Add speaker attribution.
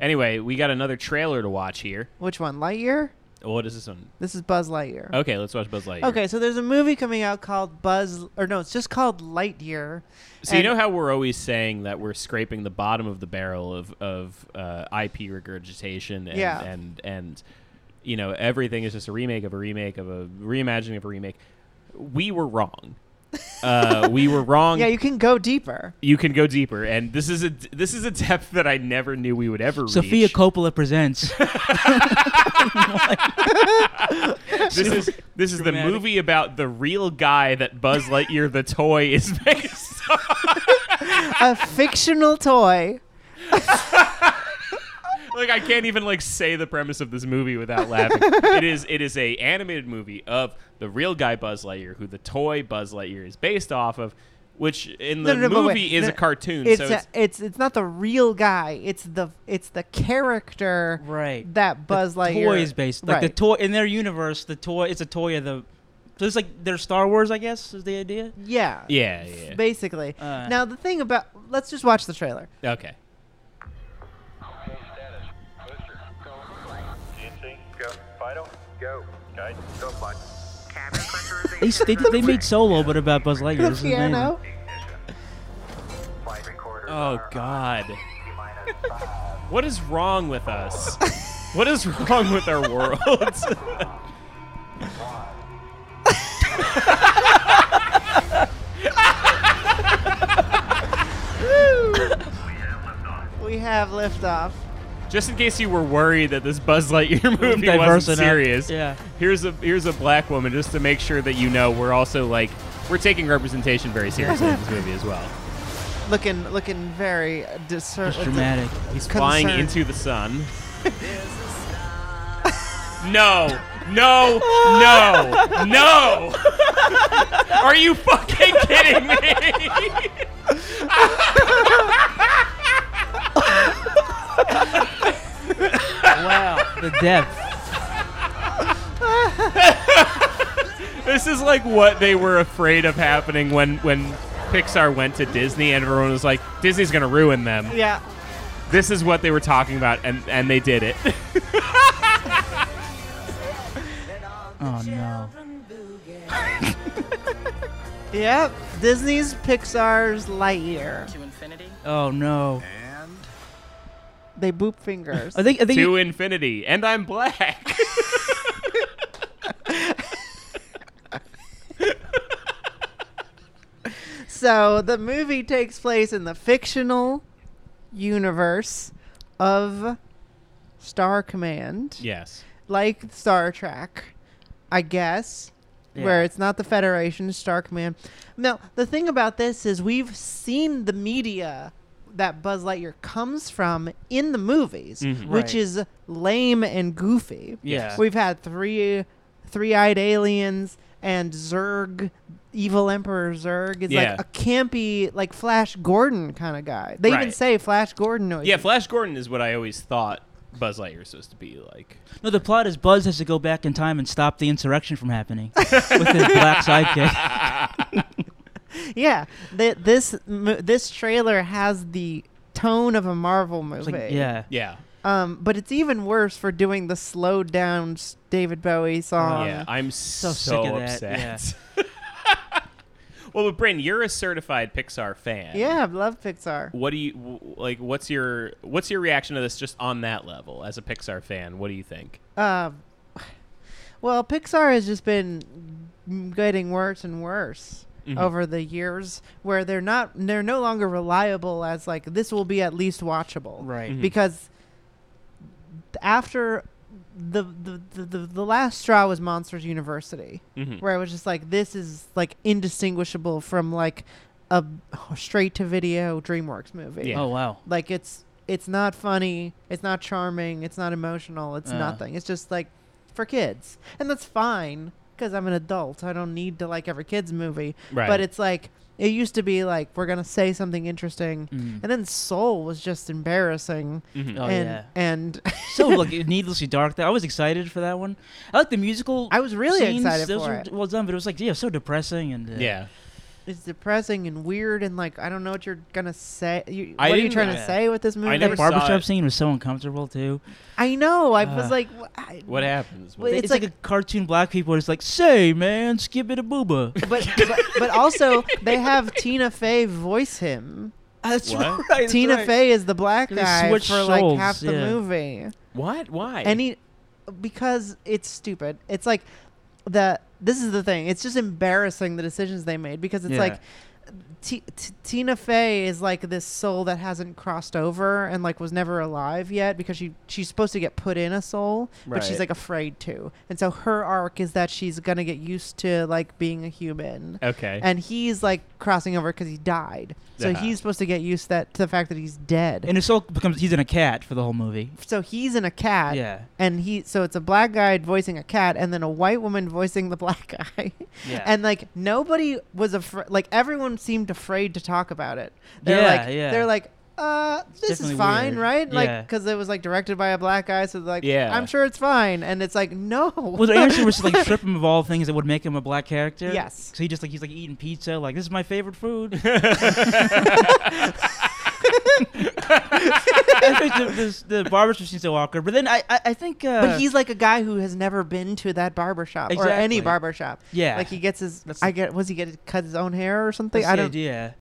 Speaker 1: Anyway, we got another trailer to watch here.
Speaker 2: Which one? Lightyear?
Speaker 1: Oh, What is this one?
Speaker 2: This is Buzz Lightyear.
Speaker 1: Okay, let's watch Buzz Lightyear.
Speaker 2: Okay, so there's a movie coming out called Buzz, or no, it's just called Lightyear.
Speaker 1: So you
Speaker 2: And-
Speaker 1: know how we're always saying that we're scraping the bottom of the barrel of of uh, IP regurgitation and,
Speaker 2: Yeah.
Speaker 1: and and you know everything is just a remake of a remake of a reimagining of a remake. We were wrong. Uh, we were wrong.
Speaker 2: Yeah, you can go deeper.
Speaker 1: you can go deeper, and this is a this is a depth that I never knew we would ever
Speaker 3: Sophia
Speaker 1: reach.
Speaker 3: Coppola presents.
Speaker 1: this is this is the
Speaker 3: Dramatic.
Speaker 1: movie about the real guy that Buzz Lightyear the toy is based on.
Speaker 2: a fictional toy.
Speaker 1: like I can't even like say the premise of this movie without laughing. it is it is a animated movie of the real guy Buzz Lightyear, who the toy Buzz Lightyear is based off of, which in the
Speaker 2: No, no, no, but
Speaker 1: movie
Speaker 2: wait.
Speaker 1: is
Speaker 2: No,
Speaker 1: a cartoon.
Speaker 2: It's,
Speaker 1: so
Speaker 2: a-
Speaker 1: it's,
Speaker 2: it's it's not the real guy. It's the it's the character
Speaker 3: Right.
Speaker 2: that Buzz Lightyear
Speaker 3: toy is based like the
Speaker 2: Right.
Speaker 3: toy in their universe. The toy it's a toy of the. So it's like their Star Wars, I guess, is the idea.
Speaker 2: yeah.
Speaker 1: yeah, yeah.
Speaker 2: Basically.
Speaker 3: Uh.
Speaker 2: now the thing about let's just watch the trailer.
Speaker 1: Okay.
Speaker 4: Okay, status. Booster, go. DNC, go. Fido, go. Guide, go flight.
Speaker 5: Cabin pressurization.
Speaker 3: They s- they, did- they made Solo, but about Buzz Lightyear.
Speaker 2: The
Speaker 3: This is amazing.
Speaker 2: piano.
Speaker 5: Flight recorder.
Speaker 1: Oh God,
Speaker 5: Minus five.
Speaker 1: what is wrong with us? what is wrong with our world?
Speaker 2: We have liftoff.
Speaker 1: Just in case you were worried that this Buzz Lightyear movie
Speaker 3: diverse
Speaker 1: wasn't
Speaker 3: enough.
Speaker 1: serious,
Speaker 3: Yeah.
Speaker 1: here's a here's a black woman just to make sure that you know we're also like we're taking representation very seriously in this movie as well.
Speaker 2: Looking looking very
Speaker 3: It's
Speaker 2: discernible.
Speaker 3: dramatic.
Speaker 1: He's flying
Speaker 2: concerned.
Speaker 1: into the sun. no, no, no, no! Are you fucking kidding me?
Speaker 3: wow, the depth.
Speaker 1: This is like what they were afraid of happening when when Pixar went to Disney and everyone was like, Disney's gonna ruin them.
Speaker 2: Yeah.
Speaker 1: This is what they were talking about, and and they did it.
Speaker 3: Oh no.
Speaker 2: Yep. Disney's Pixar's Lightyear.
Speaker 6: to infinity.
Speaker 3: Oh no.
Speaker 2: They boop fingers.
Speaker 3: I think I think
Speaker 1: to infinity, and I'm black.
Speaker 2: So the movie takes place in the fictional universe of Star Command,
Speaker 1: yes.
Speaker 2: like Star Trek, I guess, where
Speaker 3: Yeah.
Speaker 2: it's not the Federation, it's Star Command. Now, the thing about this is we've seen the media that Buzz Lightyear comes from in the movies, which
Speaker 3: Right.
Speaker 2: is lame and goofy.
Speaker 3: Yeah.
Speaker 2: We've had three three-eyed aliens and Zurg, evil emperor Zurg is
Speaker 1: Yeah.
Speaker 2: like a campy, like Flash Gordon kind of guy. They even
Speaker 1: Right.
Speaker 2: say Flash Gordon noises.
Speaker 1: Yeah, Flash Gordon is what I always thought Buzz Lightyear was supposed to be like.
Speaker 3: no. The plot is Buzz has to go back in time and stop the insurrection from happening with his black sidekick.
Speaker 2: yeah. Th- this mo- this trailer has the tone of a Marvel movie.
Speaker 3: Like, yeah.
Speaker 1: Yeah.
Speaker 2: Um, but it's even worse for doing the slowed down s- David Bowie song.
Speaker 1: Uh, yeah, I'm Um, so,
Speaker 3: sick of that,
Speaker 1: upset. well, but Bryn, you're a certified Pixar fan.
Speaker 2: Yeah, I love Pixar.
Speaker 1: What do you w- like? What's your What's your reaction to this? Just on that level, as a Pixar fan, what do you think?
Speaker 2: Um, well, Pixar has just been getting worse and worse over the years, where they're not they're no longer reliable as like this will be at least watchable,
Speaker 3: Right. Mhm.
Speaker 2: Because after the the, the the the last straw was Monsters University,
Speaker 1: Mm-hmm.
Speaker 2: where I was just like, this is like indistinguishable from like a straight to video DreamWorks movie.
Speaker 1: Yeah.
Speaker 3: Oh wow.
Speaker 2: Like it's it's not funny, it's not charming, it's not emotional, it's
Speaker 3: Uh.
Speaker 2: nothing. It's just like for kids. And that's fine cuz I'm an adult. I don't need to like every kids movie.
Speaker 1: Right.
Speaker 2: But it's like it used to be like we're going to say something interesting. And then Soul was just embarrassing.
Speaker 3: Mm.
Speaker 1: Mm-hmm.
Speaker 3: Oh
Speaker 2: and
Speaker 3: yeah.
Speaker 2: and
Speaker 3: so like needlessly dark. Though. I was excited for that one. I like the musical.
Speaker 2: I was really
Speaker 3: scenes.
Speaker 2: excited
Speaker 3: Those
Speaker 2: for
Speaker 3: were
Speaker 2: it. Mm-hmm.
Speaker 3: Well done, but it was like yeah, so depressing and uh,
Speaker 1: Yeah.
Speaker 2: It's depressing and weird and like I don't know what you're gonna say. You,
Speaker 1: I
Speaker 2: what are you
Speaker 1: didn't-
Speaker 2: trying
Speaker 3: yeah.
Speaker 2: to say with this movie?
Speaker 1: I
Speaker 3: That
Speaker 1: never saw
Speaker 3: barbershop
Speaker 1: it.
Speaker 3: scene was so uncomfortable too.
Speaker 2: I know. I
Speaker 3: Uh,
Speaker 2: was like, wh- I,
Speaker 1: What happens?
Speaker 2: Wait,
Speaker 1: What-
Speaker 2: It's
Speaker 3: It's, like,
Speaker 2: like-
Speaker 3: a cartoon black people. It's like, say man, skip it a booba.
Speaker 2: But, but but also they have Tina Fey voice him.
Speaker 3: That's
Speaker 1: What?
Speaker 3: right. that's
Speaker 2: Tina
Speaker 3: right.
Speaker 2: Fey is the black
Speaker 3: They
Speaker 2: guy for
Speaker 3: switch
Speaker 2: like
Speaker 3: souls,
Speaker 2: half the
Speaker 3: yeah.
Speaker 2: movie.
Speaker 1: What? Why?
Speaker 2: And he, because it's stupid. It's like the this is the thing. It's just embarrassing the decisions they made because it's
Speaker 3: Yeah.
Speaker 2: like T- T- Tina Fey is like this soul that hasn't crossed over and like was never alive yet because she she's supposed to get put in a soul, but she's
Speaker 1: Right.
Speaker 2: like afraid to. And so her arc is that she's gonna get used to like being a human.
Speaker 1: okay.
Speaker 2: And he's like crossing over because he died, so
Speaker 1: Yeah.
Speaker 2: he's supposed to get used that to the fact that he's dead.
Speaker 3: And his soul becomes he's in a cat for the whole movie.
Speaker 2: so he's in a cat,
Speaker 3: Yeah.
Speaker 2: and he so it's a black guy voicing a cat and then a white woman voicing the black guy
Speaker 3: Yeah.
Speaker 2: and like nobody was afraid like everyone seemed afraid to talk about it they're
Speaker 3: Yeah,
Speaker 2: like
Speaker 3: yeah.
Speaker 2: they're like uh this is
Speaker 3: definitely
Speaker 2: fine
Speaker 3: weird.
Speaker 2: right
Speaker 3: Yeah.
Speaker 2: like because it was like directed by a black guy so like
Speaker 1: Yeah.
Speaker 2: i'm sure it's fine and it's like no
Speaker 3: Well, the answer was to, like strip him of all things that would make him a black character.
Speaker 2: Yes.
Speaker 3: So he just like he's like eating pizza. Like this is my favorite food. I think the, this, the barbershop seems so awkward. But then I I, I think uh,
Speaker 2: but he's like a guy who has never been to that barbershop or any
Speaker 3: Exactly.
Speaker 2: barbershop
Speaker 3: Yeah.
Speaker 2: like he gets his
Speaker 3: That's
Speaker 2: i
Speaker 3: the-
Speaker 2: get was he get to cut his own hair or something
Speaker 3: that's
Speaker 2: i
Speaker 3: the
Speaker 2: don't
Speaker 3: idea.